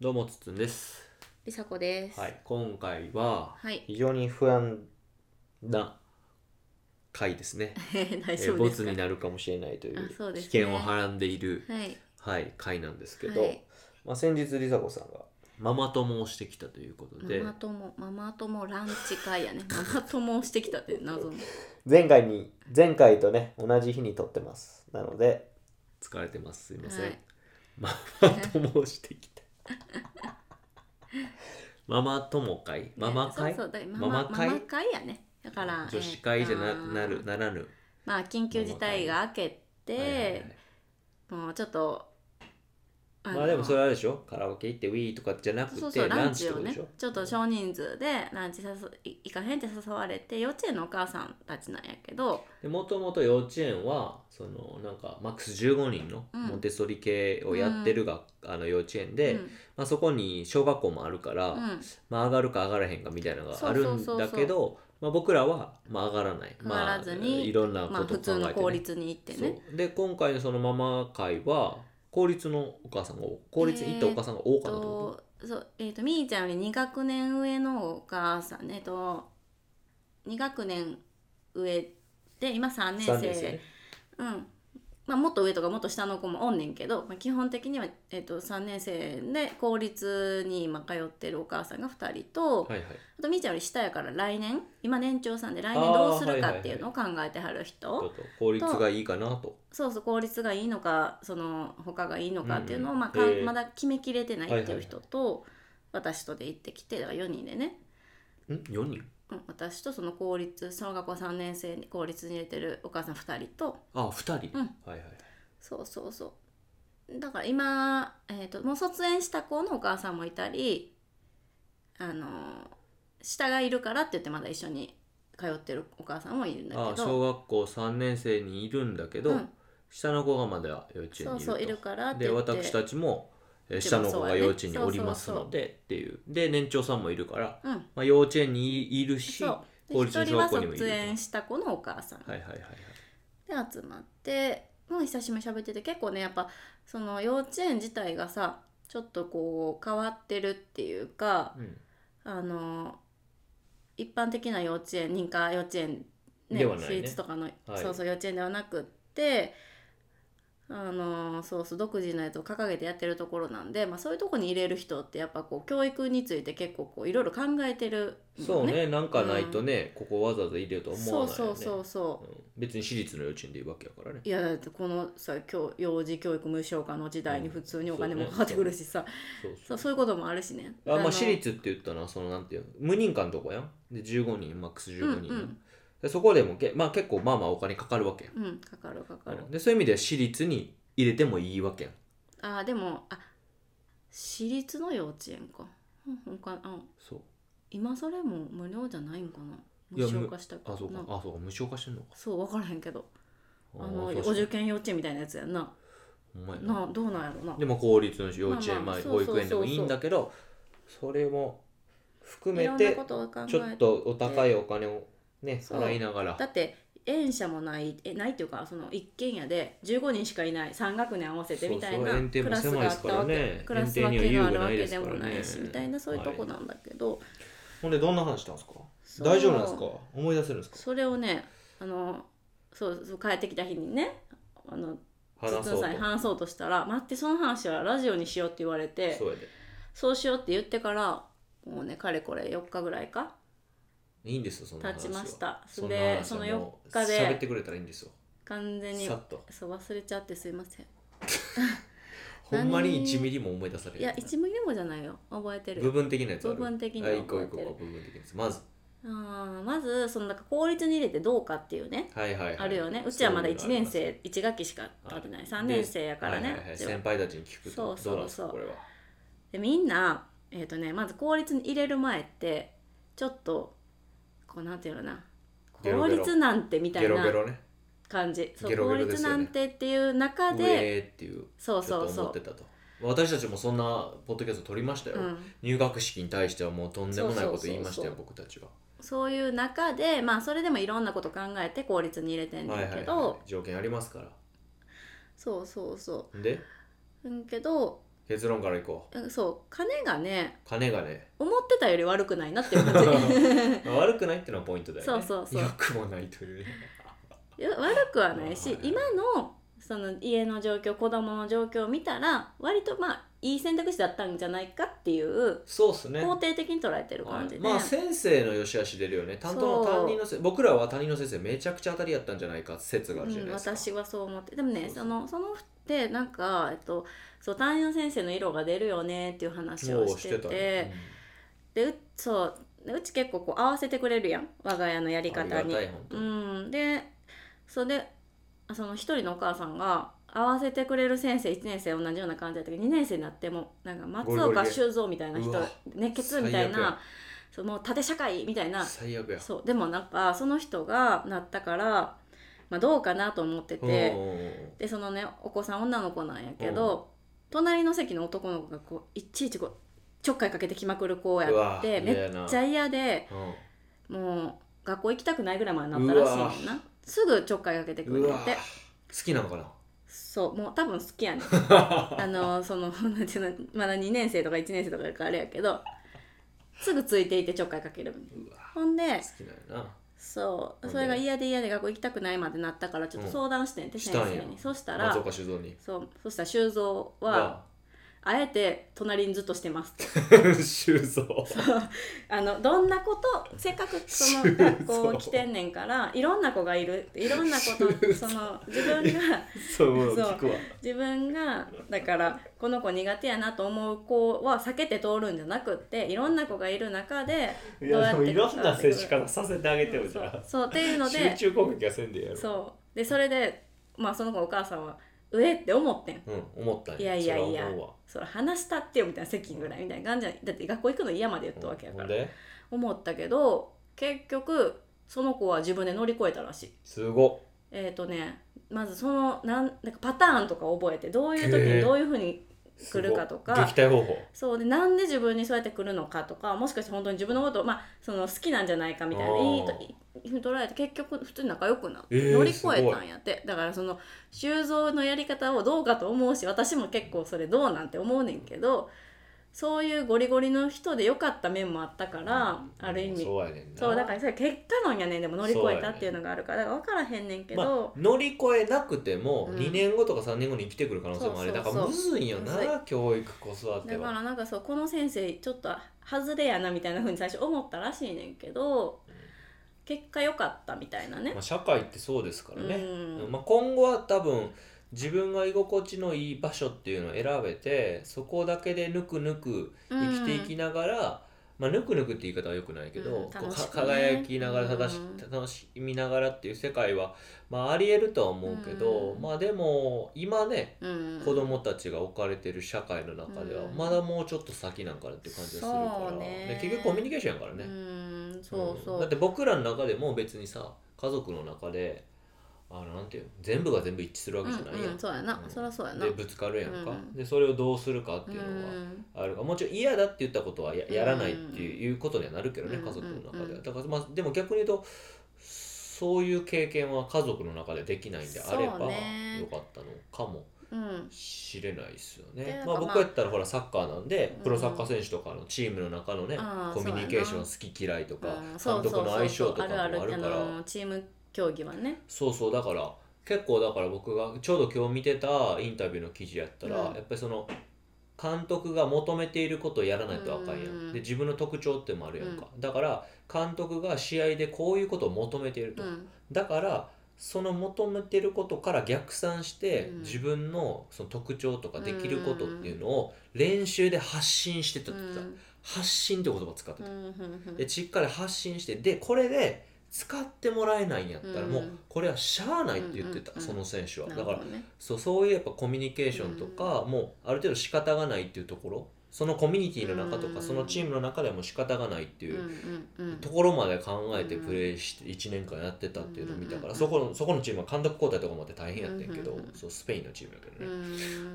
どうもつっつんです。りさこです。はい、今回ははい。 非常に不安な回ですね。え大ー丈夫ボですツか。になるかもしれないといあそうう危ですね険をはらんでいる、はい。はい、回なんですけど、はいまあ、先日梨紗子さんがママ友をしてきたということでママ友、ママ友ランチ会やね。 ママ友をしてきたって謎の。前回に前回とね同じ日に撮ってますなので疲れてますすいません、はいママ友をしてき たママ友会ママ会そうそうだからママママ会ママ会やね。だから。女子会じゃな,、えーとなる。ならぬまあ緊急事態が明けはいはいはいて、もうちょっと。あのまあでもそれあれでしょカラオケ行ってウィーとかじゃなくてそうそうラランンチチってをことでねしょちょっと少人数でランチ誘い行かへんって誘われて幼稚園のお母さんたちなんやけどでもともと幼稚園はそのなんかマックス15人のうんモンテッソリ系をやってるが、あの幼稚園で、うんまあ、そこに小学校もあるから、うんまあ、上がるか上がらへんかみたいなのがあるんそうそうそだうそうけどまあ、僕らは、まあ、上がらない上がらずにまあ、いろんなまあことを考えて、普通ねの公立に行ってねそうで今回のそのママ会は公立のお母さんが多公立行ったお母さんが多かったってこととそうえー、とみーちゃんより2学年上のお母さんねえっと2学年上で今3年生三生ねうんまあ、もっと上とかもっと下の子もおんねんけど、まあ、基本的には、えー、と3年生で公立に今通ってるお母さんが2人と、はいはいあとみーちゃんより下やから来年今年長さんで来年どうするあーはいはいかはいっていうのを考えてはる人、ちょっと効率がいいかなと。そうそう効率がいいのかその他がいいのかっていうのを、うんまあ、かへえまだ決めきれてないっていう人と、私とで行ってきてだから4人でね、ん ?4 人うん、私とその公立小学校3年生に公立に入れてるお母さん2人とあ、2人、うんはいはい。そうそうそうだから今、えー、ともう卒園した子のお母さんもいたりあの下がいるからって言ってまだ一緒に通ってるお母さんもいるんだあけ小ど学校3年生にいるんだけど、うん下の子がまだ幼稚園にいるとそうそういるからってで言って私たちもえーで下の子そうがやね幼稚園におりますのでっていうで年長さんもいるから、うんまあ、幼稚園にいるしそはう公で立の小一人学は校にもいると卒園した子のお母さんいはいはいはいで集まってもう久しぶりに喋ってて結構ねやっぱその幼稚園自体がさちょっとこう変わってるっていうかうんあの一般的な幼稚園認可幼稚園、ではないね私立とかの、はいそうそう幼稚園ではなくってあのそうそう独自のやつを掲げてやってるところなんで、まあ、そういうとこに入れる人ってやっぱこう教育について結構こういろいろ考えてるのそうねなんかないとね、ここわざわざ入れるとは思そわうないよねそうそうそううん別に私立の幼稚園でいいわけやからねいやだってこのさ教幼児教育無償化の時代に普通にお金うんもかかってくるしさ、そうそうそういうこともあるしねあまのあ、私立って言ったのはそのなんていうの無認可のとこやんで15人マックス15人、うんうんでそこでもけ、まあ、結構まあまあお金かかるわけやんうんかかるかかる、でそういう意味では私立に入れてもいいわけやんあーでもあ私立の幼稚園かうんほんかあそう今それも無料じゃないんかない無や償化したかあそうかなあそうか無償化してんのかそう分からへんけどあのーおそう受し験幼稚園みたいなやつやんなたほんまやななどうなんやろなでも公立の幼稚園、ままああまあ保育園でもいいんだけどそれも含いめろんなてことを考えちょっとお高いお金をねそう払いながらだって園舎もないえないっていうかその一軒家で15人しかいない3学年合わせてみたいそうなそう園庭クもラス狭いでがあすっかたらわけ、ねクラス園分庭けにはが遊具あるわないけですでかもらねないしみたいなそういうとこなんだけど、ほんでどんな話したんですかそう大丈夫なんですか思い出せるんですかそれをねあのそうそう帰ってきた日にねあの話筒そう井とさんに話そうとしたら「待ってその話はラジオにしよう」って言われてそうやでそうしようって言ってからもうねかれこれ4日ぐらいかいいんですよその話は経ちましたそんなで話はそのもう4日で喋ってくれたらいいんですよ完全にさっとそう忘れちゃってすいませんほんまに何1ミリも思い出されるいや1ミリもじゃないよ覚えてる部分的なやつある部分的にあは一個覚え一て個る部分的ですまずあーまずそのなんか効率に入れてどうかっていうねはいはい、はい、あるよねうちはまだ1年そういうのあり生1学期しか経ってない3年生やからはいはいはねいで先輩たちに聞くとそどううなそうそうんですかこれはでみんなえっ、とねまず効率に入れる前ってちょっとこうなんていうのかなゲロ効ゲロ率なんてみたゲいロなゲロね感じそうゲロゲ効ロです率よねなんてっていう中上でっていうそうちょそっうとそ思ってうたと私たちもそんなポッドキャスト撮りましたよ、うん入学式に対してはもうとんでもないことそうそうそうそう言いましたよ僕たちはそういう中でまあそれでもいろんなこと考えて効率に入れてんはいだはい、けど、はい、条件ありますからそうそうそでううんけど結論からいこうんそう金がねう金がね思ってたより悪くないなっていう 感じ悪くないっていうのはポイントだよねそうそうそう良くもないというねいや悪くはないはしい今のその家の状況子供の状況を見たら割とまあいい選択肢だったんじゃないかっていうそうっすね肯定的に捉えてるは感じいで、まあ先生の良し悪し出るよね担当のそう担任のせ僕らは担任の先生めちゃくちゃ当たりやったんじゃないか説があるじゃないですか、うん、私はそう思ってでもねそうそうそのそのでなんか、えっと、そう担任の先生の色が出るよねっていう話をもうしててたねでうそうでうち結構こう合わせてくれるやん我が家のやうりんあり方がにたい本当うにん、でそれでその一人のお母さんが合わせてくれる先生1年生同じような感じだったけど2年生になってもなんか松ゴリゴ岡リで修造みたいな人うわ熱血みた最い悪やなそうもう縦社会みたいな最悪やそうでもなんかその人がなったから、まあ、どうかなと思ってて、うんうんうんでそのねお子さん女の子なんやけど、隣の席の男の子がこういちいちこうちょっかいかけてきまくる子やうわってめ嫌やっなちゃ嫌で。うんもう学校行きたくないぐらいまでなったらしいねんなすぐちょっかいかけてくうれわて好きなのかなそうもう多分好きやねんあのその なんていうのまだ2年生とか1年生とかやからあれやけどすぐついていてちょっかいかけるうわほんで好きなんやなそうほんでそれが嫌で嫌で学校行きたくないまでなったからちょっと相談してんて、うん先した生んにやそしたら松岡修造にそうそしたら修造はあえて隣にずっとしてますってわ 修 造あのどんなことせっかくその修造学校来てんねんからいろんな子がいるいろんなこと修そ造の自分がそう聞くわ自分がだからこの子苦手やなと思う子は避けて通るんじゃなくっていろんな子がいる中でいどうややっでてもいろんな接し方させてあげてそようじゃそうっていう あの集で中攻撃はせんでやろそうでそれでまあその子お母さんは「上」って思ってん。うん思ったんいやいやいそれやは思うわそら話したってよみたいな席ぐらいみたいな感じやだって学校行くの嫌まで言ったわけやうんかほんらで思ったけど結局その子は自分で乗り越えたらしいすごえっ、とねまずそのなんなんかパターンとか覚えてどういう時にどういうふうにっ来るかとかすごっ撃退方法そうでなんで自分にそうやって来るのかとかもしかして本当に自分のこと、まあ、その好きなんじゃないかみたいなあーいいといい捉えて結局普通に仲良くなって、えー乗り越えたんやってだからその修造のやり方をどうかと思うし私も結構それどうなんて思うねんけどそういうゴリゴリの人で良かった面もあったから、ある意味そうやねんなそうだからそれ結果論やねんでも乗り越えたっていうのがあるからだから分からへんねんけど、まあ、乗り越えなくてもうん2年後とか3年後に生きてくる可能性もある、そうそだうそうからむずいんよなむず教育子育てだかはらなんかそうこの先生ちょっと外れやなみたいな風に最初思ったらしいねんけど、うん結果良かったみたいなねまあ、社会ってそうですからね、うんまあ、今後は多分自分が居心地のいい場所っていうのを選べてそこだけでぬくぬく生きていきながら、まあ、ぬくぬくって言い方は良くないけど、うんこう楽しくねか輝きながら正しう楽しみながらっていう世界は、まあ、ありえるとは思うけど、うんまあでも今ねうん子供たちが置かれてる社会の中ではうんまだもうちょっと先なんかなっていう感じがするかそら、うねで結局コミュニケーションやからね、うんそうそう、うんだって僕らの中でも別にさ家族の中であのなんていうの全部が全部一致するわけじゃないやん、うんうんそうやな、うんそりゃそうやなでぶつかるやんか、うんでそれをどうするかっていうのはんあるかもちろん嫌だって言ったことはややらないっていう,、ことにはなるけどねうん家族の中では、うんだからまあでも逆に言うとそういう経験は家族の中でできないんであればそうねよかったのかもうんしれないですよでねな、んかまあ、まあ僕やったらほらサッカーなんでうんプロサッカー選手とかのチームの中のね、あーコミュニケーションそ好き嫌いとか、うん監そうそう督そうの相性とかあもるああるるかあらのチーム競技はねそうそうだから結構だから僕がちょうど今日見てたインタビューの記事やったら、うんやっぱりその監督が求めていることをやらないとあかんやん、うんで自分の特徴ってもあるやんか、だから監督が試合でこういうことを求めていると、うんだからその求めてることから逆算して、うん自分のその特徴とかできることっていうのを練習で発信してたうって言ってた、ん発信って言葉使ってうた、んうんでしっかり発信してでこれで使ってもらえないんやったら、うんもうこれはしゃあないって言ってた、うんうんうんその選手はなだるかほらどねそうそういうやっぱコミュニケーションとか、もうある程度仕方がないっていうところそのコミュニティの中とか、うんそのチームの中でも仕方がないっていうんううんうんところまで考えてプレーして1年間やってたっていうのを見たから、そこのそこのチームは監督交代とかもあって大変やってんけど、うんうんうんそうスペインのチームやけどうね、ん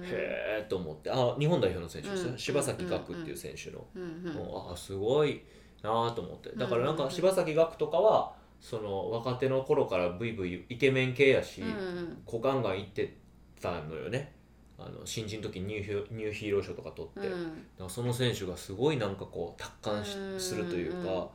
へえと思ってあ日本代表の選手ですね、うん柴崎岳っていう選手の、うんうんうんあすごいなーと思ってだからなんうんうんかうん柴崎岳とかはその若手の頃からブイブイイケメン系やし、うんこうガンガン行ってたのよねああの新人の時にニューヒーニューヒーロー賞とか取って、だかんらその選手がすごいなんかこう達観しうんするというか、うんなんか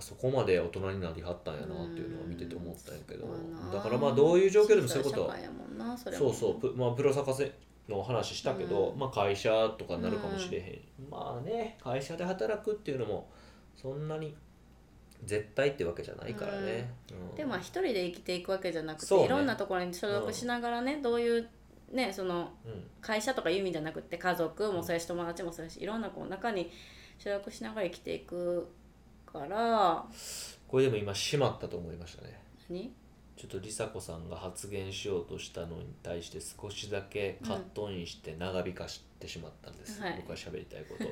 そこまで大人になりはったんやなっていうのを見てて思ったんやけど、うんだからまあどういう状況でもそういうこと新社会やもんなそれそもうそうプ,、まあ、プロサカセのお話したけど、うんまあ、会社とかになるかもしれへん、まあね会社で働くっていうのもそんなに絶対ってわけじゃないからね、うんでもまあ一人で生きていくわけじゃなくて、そうねいろんなところに所属しながらね、どういうねそのうん会社とかいう意味じゃなくて家族もそうやし友達もそうやしいろんなこう中に所属しながら生きていくからこれでも今しまったと思いましたね何 ちょっと梨紗子さんが発言しようとしたのに対して少しだけカットインして長引かしてしまったんです、はい僕が喋りたいこと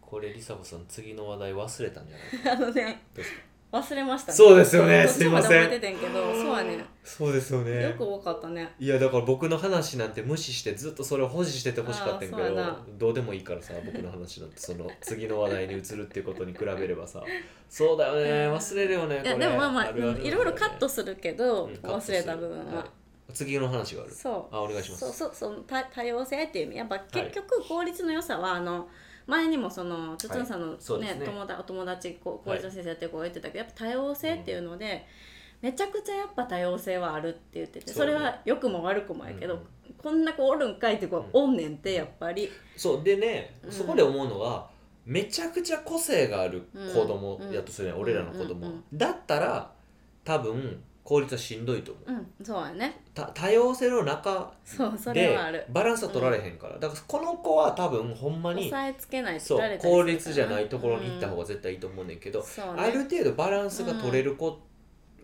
これ梨紗子さん次の話題忘れたんじゃないかあのねどうです忘れましたそうですよね途中ですいません覚えててんけどそうやねそうですよねよく多かったねいやだから僕の話なんて無視してずっとそれを保持しててほしかったんやけあーそうどやなどうでもいいからさ僕の話なんてその次の話題に移るっていうことに比べればさそうだよね忘れるよねこいれやでもまあまあるるなんだよねいろいろカットするけど、うんカットす忘るれた部分は、い次の話があるそうあお願いしますそうそうその多多様性っていう意味やっぱ結局効率の良さはあの前にもその筒野さんの、ねそうですね友達お友達こう効率の先生やってる子が言ってたけど、やっぱ多様性っていうので、めちゃくちゃやっぱ多様性はあるって言っててそ,、そうねれは良くも悪くもやけど、うんこんな子おるんかいってこう、おんねんってやっぱり、そうでねうんそこで思うのは、めちゃくちゃ個性がある子供うんやとするね、俺らの子供は、うんうんだったら多分効率はしんどいと思ううん、そうやねた多様性の中そうそれではあるバランスは取られへんから、だからこの子は多分ほんまに抑えつけないとそ取らうれたりする効率じゃないところに行った方がが絶対いいと思うねんけど、そうねある程度バランスが取れる子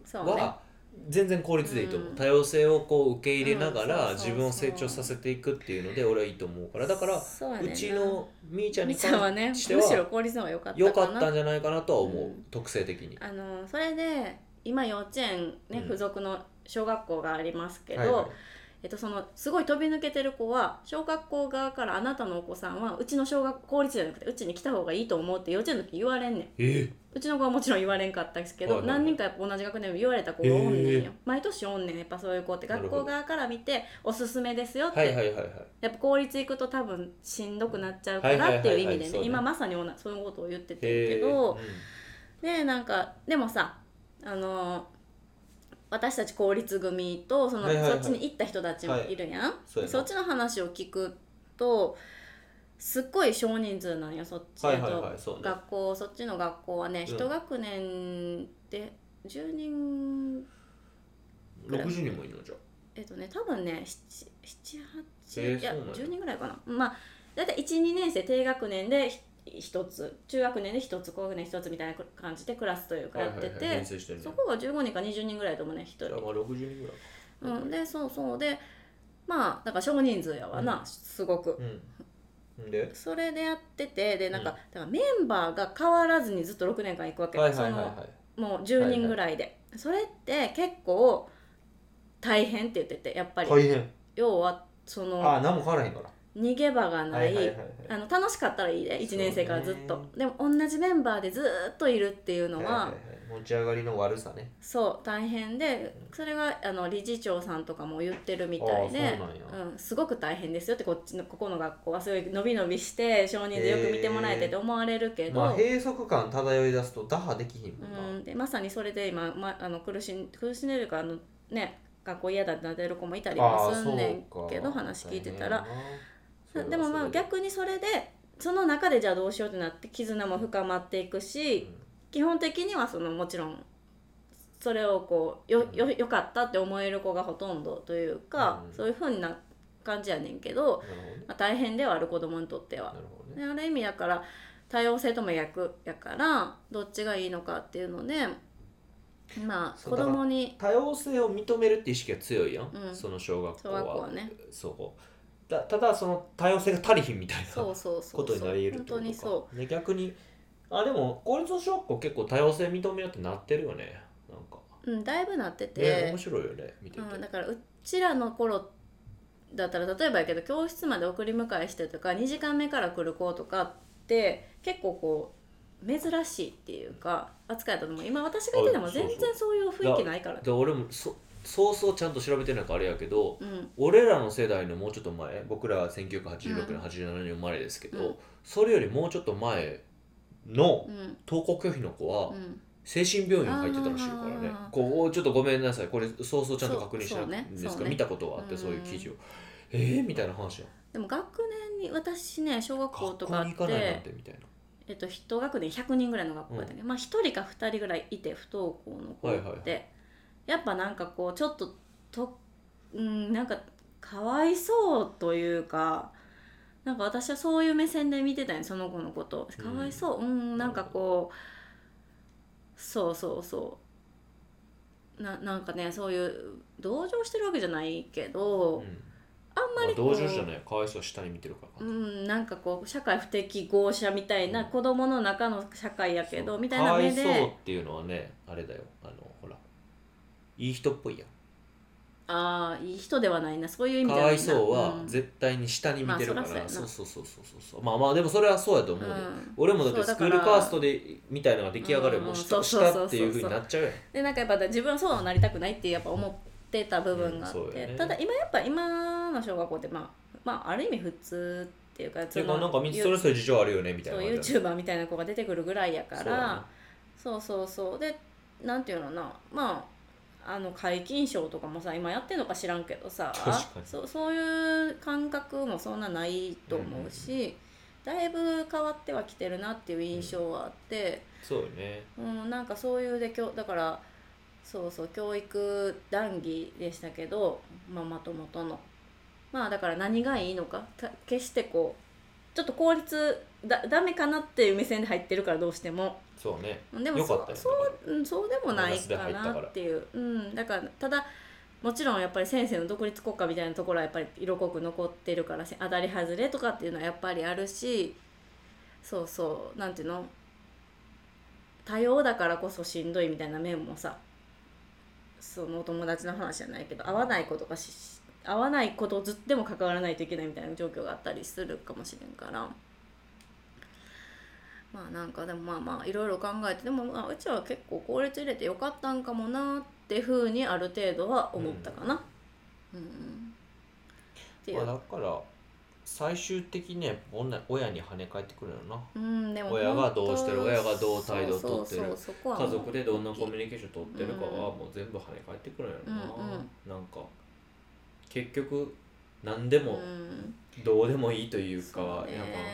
そうねは全然効率でいいと思う、うん多様性をこう受け入れながらうんそうそうそう自分を成長させていくっていうので俺はいいと思うからだからそうやねんうなちのみーちゃんみにーちゃんは関ねむしてしろは効率の方が良かった良かっなたんじゃないかなとは思う、うん特性的に。あのそれで今幼稚園、ねうん付属の小学校がありますけど、はいはいえっと、そのすごい飛び抜けてる子は小学校側からあなたのお子さんはうちの小学校公立じゃなくてうちに来た方がいいと思うって幼稚園の時言われんねんえうちの子はもちろん言われんかったですけど、はいはいはい何人かやっぱ同じ学年で言われた子がおんねんよ、へえ毎年おんねんやっぱそういう子ってなる学ほど校側から見ておすすめですよって、はいはいはいはいやっぱ公立行くと多分しんどくなっちゃうかはいはいらはっいていはうい意味そでうねね今まさにおなそういうことを言っててんけへど。ーでなんかでもさあの私たち公立組とその、はいはいはいそっちに行った人たちもいるやん、そうやなそっちの話を聞くとすっごい少人数なんよそっちはだいと、はいはいそうね学校そっちの学校はねうん一学年で10人うん、60人もいるのじゃえっとね多分ねえーそうな778いやんや10人ぐらいかなまあ大体12年生低学年でひ一つ中学年で一つ高学年一つみたいな感じでクラスというかあやってて、はいはいはい、編成してるねそこが15人か20人ぐらいともね一あまあ人、 60人ぐらいかうん、でそうそうでまあだから少人数やわな、うすごくうんでそれでやっててでなんか,、うんだからメンバーが変わらずにずっと6年間行くわけ、はいはいはいはいそのもう10人ぐらいで、それって結構大変って言っててやっぱり、大変要はそあのあ何も変わらへんから逃げ場がない,、はいはいはいはいあの楽しかったらいいで1年生からずっそうとねでも同じメンバーでずっといるっていうのは、はいはいはい持ち上がりの悪さねそう大変でそれがあの理事長さんとかも言ってるみたいでああそうなんうん、すごく大変ですよってこっちのここの学校はすごい伸び伸びして少人数よく見てもらえてって思われるけど、まあ閉塞感漂い出すと打破できひんもんな、うん、でまさにそれで今、ま、あの苦しん苦しんでるからあのね学校嫌だってなってる子もいたりもすんねんけど話聞いてたらでもまあ逆にそれでその中でじゃあどうしようってなって絆も深まっていくし、基本的にはそのもちろんそれをこうよよよかったって思える子がほとんどというか、うんそういうふうな感じやねんけど、まあ、大変ではある子供にとっては。である意味やから多様性とも逆やからどっちがいいのかっていうのでまあそう子だから供に多様性を認めるって意識が強いやん、うんその小学校小学校ははねそこだただその多様性が足りひんみたいなそうそうそこうとになり得るっ本てこ当とにそうかで逆にあでも公立の小学校結構多様性認めようってなってるよねなんかうん、だいぶなってて、ね面白いよね見てて、うん、だからうちらの頃だったら例えばやけど教室まで送り迎えしてとか2時間目から来る子とかって結構こう珍しいっていうか扱いだと思う今私がいててもあそう全そう然そういう雰囲気ないからで俺もそそうそうちゃんと調べてないからあれやけどうん俺らの世代のもうちょっと前僕らは1986うん年87年生まれですけど、うんそれよりもうちょっと前のうん登校拒否の子はうん精神病院入ってたらしいからねあーこうちょっとごめんなさいこれそうそうちゃんと確認しそうたそうねんですそか、うね見たことはあってそういう記事をえー、みたいな話やでも学年に私ね小学校学と校かにっ行かないなんててみたいえっと、一学年100人ぐらいの学校やったけど、まあ1人か2人ぐらいいて不登校の子って、はいはいはやっぱなんかこうちょっととうんなんかかわいそうというかなんか私はそういう目線で見てたよねその子のことうんかわいそううん、なんかこうそうそうそうななんかねそういう同情してるわけじゃないけど、な、うんあんままあ、りこう、同情じゃないかわいそう下に見てるからうかな、ん、なんかこう社会不適合者みたいな、うん子供の中の社会やけそうどみたいな目でかわいそうっていうのはねあれだよあのほらいい人っぽいやんああいい人ではないなそういう意味かではなわいいなそうはうん絶対に下に見てるから、まあそらそそううそうそやなうそうそうまあまあでもそれはそうやと思うで、うん俺もだってそうだスクかーらルカーストでみたいなのが出来上がればもうう下んそうそうそうそ下うっていうふうになっちゃうやんでなんかやっぱ自分はそうなりたくないってやっぱ思ってた部分があって、うんそうよねただ今やっぱ今の小学校ってまあまあある意味普通っていうかてそいうかのなんかみんなゆそれぞれ事情あるよねみたいそなう感じ YouTuber みたいな子が出てくるぐらいやかそうだねらそうそうそうでなんていうのなまああの解禁賞とかもさ今やってんのか知らんけどさ確かにそうそういう感覚もそんなないと思うし、だいぶ変わってはきてるなっていう印象はあって、そうよねうんなんかそういうで教だからそうそう教育談義でしたけどママ友とのまあだから何がいいのかた決してこうちょっと効率だダメかなっていう目線で入ってるからどうしてもそうねでもよそかうったよそううん、そうでもないかなっていう、うん、だからただもちろんやっぱり先生の独立国家みたいなところはやっぱり色濃く残ってるからせ当たり外れとかっていうのはやっぱりあるしそうそうなんていうの多様だからこそしんどいみたいな面もさそのお友達の話じゃないけど合わないことがし合わないことずっとでも関わらないといけないみたいな状況があったりするかもしれんから。まあなんかでもまあまあいろいろ考えてでもまあうちは結構効率入れてよかったんかもなってふうにある程度は思ったかな。うん、うんっていう、まあ、だから最終的には女親に跳ね返ってくるよなうんでも親がどうしてる本当親がどう態度をとってるそうそうそうそこはもう家族でどんなコミュニケーション取ってるかはもう全部跳ね返ってくるんやろな、うんなんか結局何でもうんどうでもいいというか、そうねやっぱま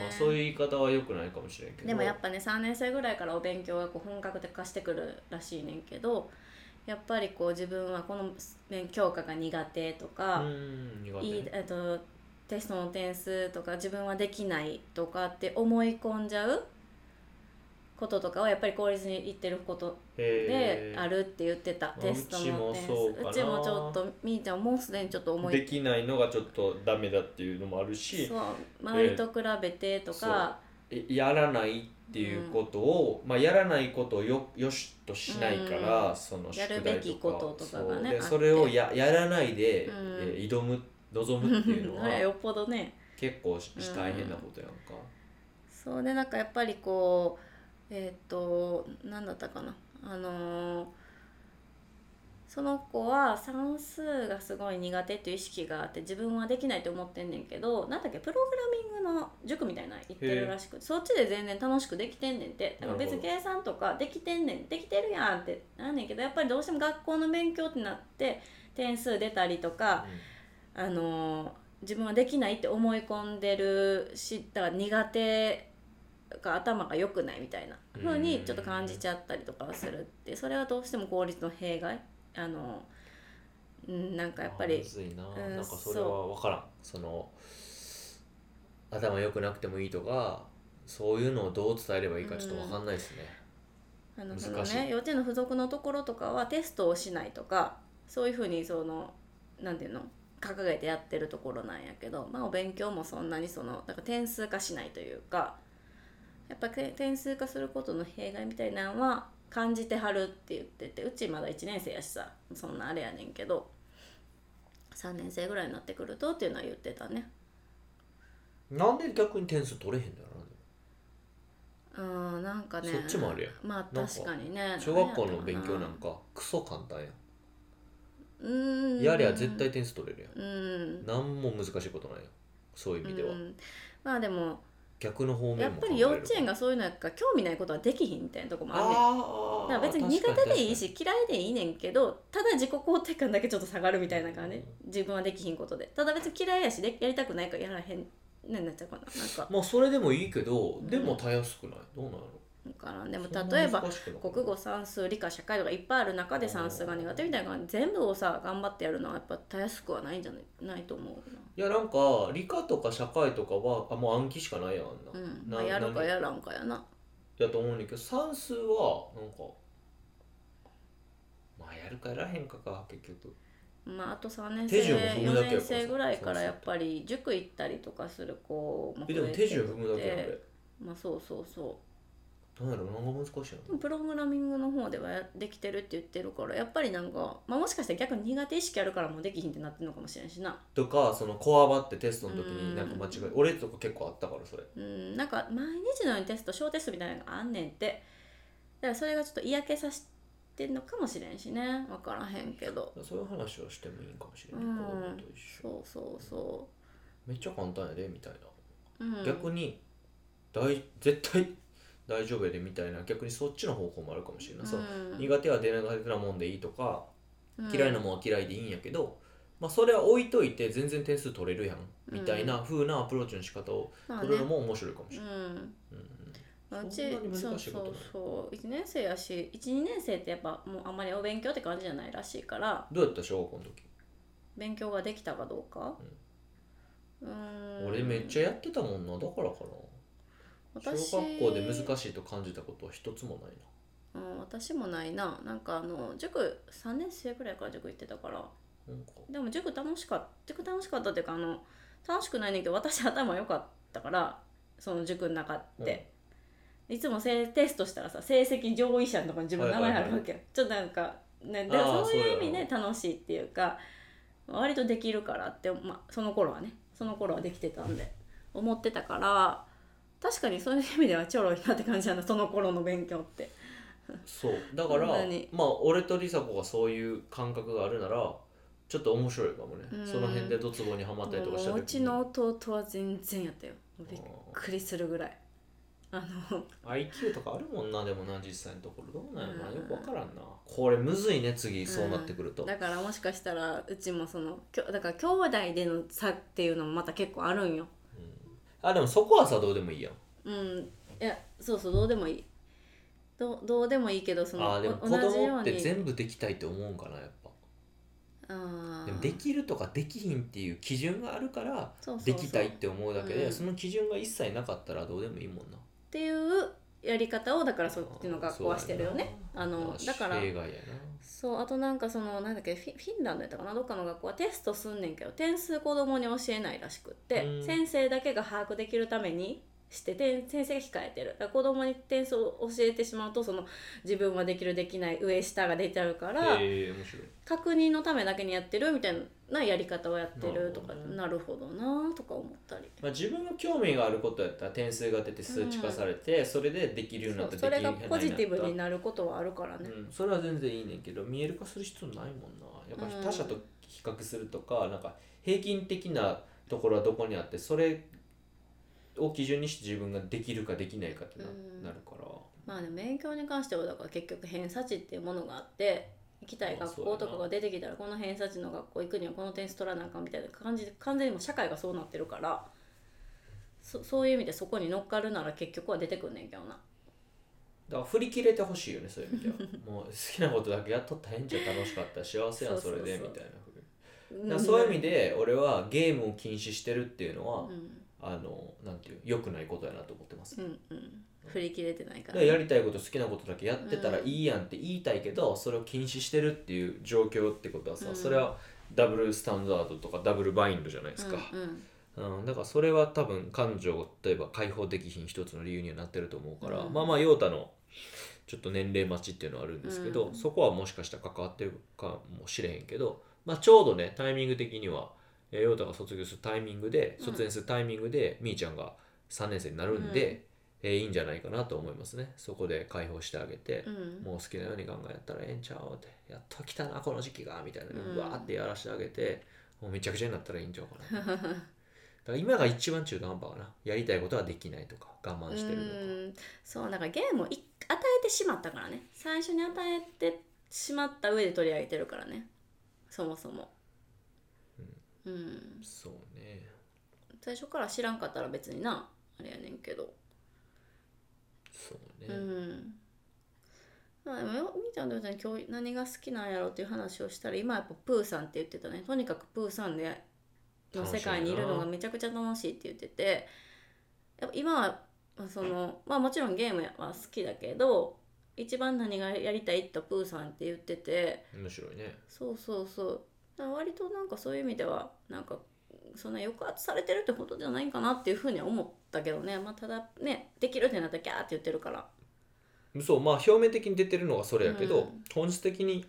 あそういう言い方は良くないかもしれんけどでもやっぱね3年生ぐらいからお勉強がこう本格的化してくるらしいねんけどやっぱりこう自分はこの勉強科が苦手とか、うん苦手いいえっとテストの点数とか自分はできないとかって思い込んじゃうこととかはやっぱり効率にいってることへでーあるって言ってた、あテストのうち点数もそうかなうちもちょっとみーちゃんもうすでにちょっと思でいきないのがちょっとダメだっていうのもあるしそう周りと比べてとか、えやらないっていうことを、まあ、やらないことをよよしとしないから、その宿題やるとかべきこととかがねそうであってそれをややらないで、うんえー挑む望むっていうの あれよはっぽどね結構しうん大変なことやんか、そうでなんかやっぱりこうえーっ、と何だったかなあのーその子は算数がすごい苦手っていう意識があって自分はできないと思ってんねんけどなんだっけプログラミングの塾みたいなの行ってるらしくてそっちで全然楽しくできてんねんってだから別にな計算とかできてんねんできてるやんってなんねんけどやっぱりどうしても学校の勉強ってなって点数出たりとか、あの自分はできないって思い込んでるしだから苦手が頭が良くないみたいなうん風にちょっと感じちゃったりとかはするってそれはどうしても効率の弊害あのうんなんかやっぱあーりむずいな,、うんなんかそれは分からんその頭良くなくてもいいとかそういうのをどう伝えればいいかちょっと分かんないですね、あの難しいそのね幼稚園の付属のところとかはテストをしないとかそういうふうにそのなんていうの掲げてやってるところなんやけど、まあ、お勉強もそんなにそのだから点数化しないというかやっぱて点数化することの弊害みたいなのは感じてはるって言っててうちまだ1年生やしさそんなあれやねんけど3年生ぐらいになってくるとっていうのは言ってたね。なんで逆に点数取れへんだろうなうんなんかねそっちもあるやまあなんか確かにね小学校の勉強な何やんったかかクソ簡単やんうんやりゃ絶対点数取れるやんうん何も難しいことないよそういう意味では、うんまあでも逆の方面もやっぱり幼稚園がそういうのやから興味ないことはできひんみたいなとこもあんねんあだあから別に苦手でいいし嫌いでいいねんけどただ自己肯定感だけちょっと下がるみたいな感じ、ね、自分はできひんことでただ別に嫌いやしでやりたくないからやらへんねんなっちゃうかななんかまあそれでもいいけどんでもたやすくないどうなのだからででも例えば国語算数理科社会とかいっぱいある中で算数が苦手みたいな感じ全部をさ頑張ってやるのはやっぱたやすくはないんじゃないないと思いやなんか理科とか社会とかはあもう暗記しかないやんあんな、うなうんなまあ、やるか何やらんかやなだと思うんだけど算数はなんかまあやるかやらへんかか結局まあ、あと3年生手順を踏むだ4けやから年さ生ぐらいからやっぱり塾行ったりとかする子もえでも増え手てきて順踏むだけやんあれまあそうそうそなんやろ何が難しいうでもプログラミングの方ではやできてるって言ってるからやっぱりなんか、まあ、もしかしたら逆に苦手意識あるからもうできひんってなってるのかもしれんしなのとかそのこわばってテストの時うんになんか間違い俺とか結構あったからそれうんなんか毎日のようにテスト小テストみたいなのがあんねんってだからそれがちょっと嫌気さしてんのかもしれんしね分からへんけどそういう話はしてもいいんかもしれない、うん子供と一緒そうそうそめっちゃ簡単やでみたいな、う、うん、逆に大絶対大丈夫やでみたいな逆にそっちの方向もあるかもしれない、そう苦手は出な手なもんでいいとか嫌いなももんは嫌いでいいんやけど、まあ、それは置いといて全然点数取れるやんみたいな風なアプローチの仕方を取るのも面白いかもしれない、ううんんうんまあうちそんなにそう難しいそことうないそう1年生やし12年生ってやっぱもうあんまりお勉強って感じじゃないらしいからどうやった小学校の時、勉強ができたかどうかうーん俺めっちゃゃやってたもんなだからかな小学校で難しいと感じたことは一つもないなうん、私もないななんかあの塾3年生ぐらいから塾行ってたからなんかでも塾楽しかった塾楽しかったっていうかあの楽しくないねんけど私頭良かったからその塾の中って、いつもせテストしたらさ成績上位者のとこに自分の名前あるわけよ、ちょっとなんか、ね、であーそういうそう意味やなで楽しいっていうか割とできるからって、まあ、その頃はねその頃はできてたんで思ってたから確かにそういう意味ではちょろいなって感じなんだその頃の勉強って。そうだからそんなにまあ俺と梨紗子がそういう感覚があるならちょっと面白いかもね、うんその辺でドツボにはまったりとかしたもうう時ちにの弟は全然やったよもうびっくりするぐらいあの IQ とかあるもんなでもな実際のところどうなんやろなうんよく分からんなこれむずいね次そうなってくると、だからもしかしたらうちもそのきょだから兄弟での差っていうのもまた結構あるんよあでもそこはさどうでもいいやんうんいやそうそうどうでもいいどうどうでもいいけどそのあーでもお子同じよ供うってに全部できたいって思うんかなやっぱあでもーできるとかできひんっていう基準があるからそうそうそうできたいって思うだけでうんその基準が一切なかったらどうでもいいもんなっていうやり方をだからそっちの学校はしてるよねそうやあなのだから例外やそうあとなんかそのなんだっけフィフィンランドやったかなどっかの学校はテストすんねんけど点数子供に教えないらしくって、うん先生だけが把握できるためにして点先生が控えてるだから子供に点数を教えてしまうとその自分はできるできない上下が出ちゃうなから、ええ面白い確認のためだけにやってるみたいなやり方をやってるとかななるほどなとか思ったり。まあ、自分が興味があることやったら点数が出て数値化されて、それでできるようになったそうそれができるポジティブようになっなることはあるからねた、うん、それは全然いいねんけど見える化する必要ないもんなやっぱ他者と比較するとか、なんか平均的なところはどこにあってそれを基準にして自分ができるかできないかってな,、うんなるからまあでも勉強に関してはだから結局偏差値っていうものがあって行きたいまあ学校そとかうやがな出てきたらこの偏差値の学校行くにはこの点数取らなあかんみたいな感じで完全にもう社会がそうなってるからそそういう意味でそこに乗っかるなら結局は出てくんねんけどなだから振り切れてほしいよねそういう意味で はもう好きなことだけやっとったらええんちゃう楽しかった幸せやんそそうそうれそうでみたいな風にだからそういう意味で俺はゲームを禁止してるっていうのは、うんあのなんていう良くないことやなと思ってます、うんうん振り切れてないだからからやりたいこと好きなことだけやってたらいいやんって言いたいけど、それを禁止してるっていう状況ってことはさ、うんそれはダブルスタンダードとかダブルバインドじゃないですか、うんうんうんだからそれは多分感情を例えば解放できひん一つの理由にはなってると思うから、うんまあまあ陽太のちょっと年齢待ちっていうのはあるんですけど、うんそこはもしかしたら関わってるかもしれへんけど、まあ、ちょうどねタイミング的にはえー陽太が卒業するタイミングでうん卒園するタイミングで、みーちゃんが3年生になるんで、えーいいんじゃないかなと思いますねそこで解放してあげてう、んもう好きなように考えたらええんちゃうってやっと来たなこの時期がみたいなねうんうわーってやらしてあげてもうめちゃくちゃになったらいいんちゃうかなだから今が一番中途半端かなやりたいことはできないとか我慢してるとかうんそうだからゲームをい与えてしまったからね最初に与えてしまった上で取り上げてるからねそもそもうんそうね最初から知らんかったら別になあれやねんけどそううね、んまあでもよみーちゃんとよちゃん今日何が好きなんやろっていう話をしたら今やっぱプーさんって言ってたねとにかくプーさんでの世界にいるのがめちゃくちゃ楽しいって言っててやっぱ今はまあそのまあもちろんゲームは好きだけど一番何がやりたいってプーさんって言ってて面白いねそうそうそうだから割となんかそういう意味ではなんかそんな抑圧されてるってことじゃないんかなっていうふうには思ったけどねまあただねできるってなったらキャーって言ってるからそうまあ表面的に出てるのがそれやけど、うん本質的に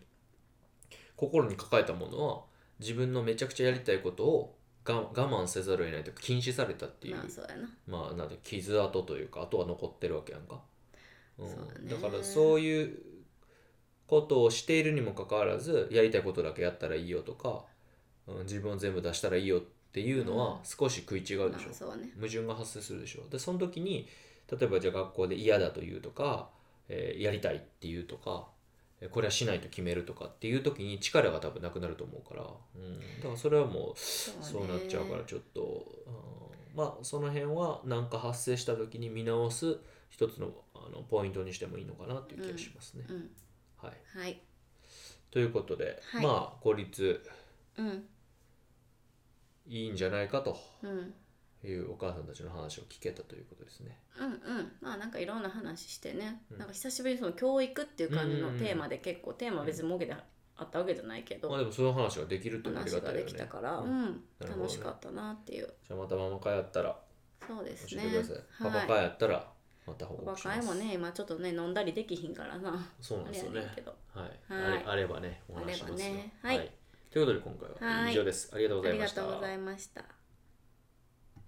心に抱えたものは自分のめちゃくちゃやりたいことをが我慢せざるを得ないというか禁止されたっていう、まあそうやなまあなんで傷跡というか跡は残ってるわけやんか、うんそうだねだからそういうことをしているにもかかわらずやりたいことだけやったらいいよとか、うん、自分を全部出したらいいよっていうのうんは少し食い違うでしょ、まあそうね矛盾が発生するでしょでその時に例えばじゃあ学校で嫌だと言うとか、えーやりたいって言うとかえーこれはしないと決めるとかっていう時に力が多分なくなると思うから、うん、だからそれはもうそそうねなっちゃうからちょっと、うんまあその辺は何か発生した時に見直す一つのあのポイントにしてもいいのかなっていう気がしますね。うんはい、はいということで、はいまあ孤立うんいいんじゃないかとうんうんいうお母さんたちの話を聞けたということですね。うんまあなんかいろんな話してね、うんなんか久しぶりにその教育っていう感じうんのうんうんテーマで結構テーマは別に設けてあったわけじゃないけど、まあでもその話ができるっていうのはあり話がたがいでよきね。たから、ううんんなるほどね楽しかったなっていうじゃあまたママ会やったらそうです教ねえてください。パパはい会やったらまた報パパ告しま会す。もね今ちょっとね飲んだりできひんからなそうなんですよあれやねねんけど。はい、はあれいあればねお話ししますよあればねはいということで今回は以上です。ありがとうごあざいりまがした。とうございました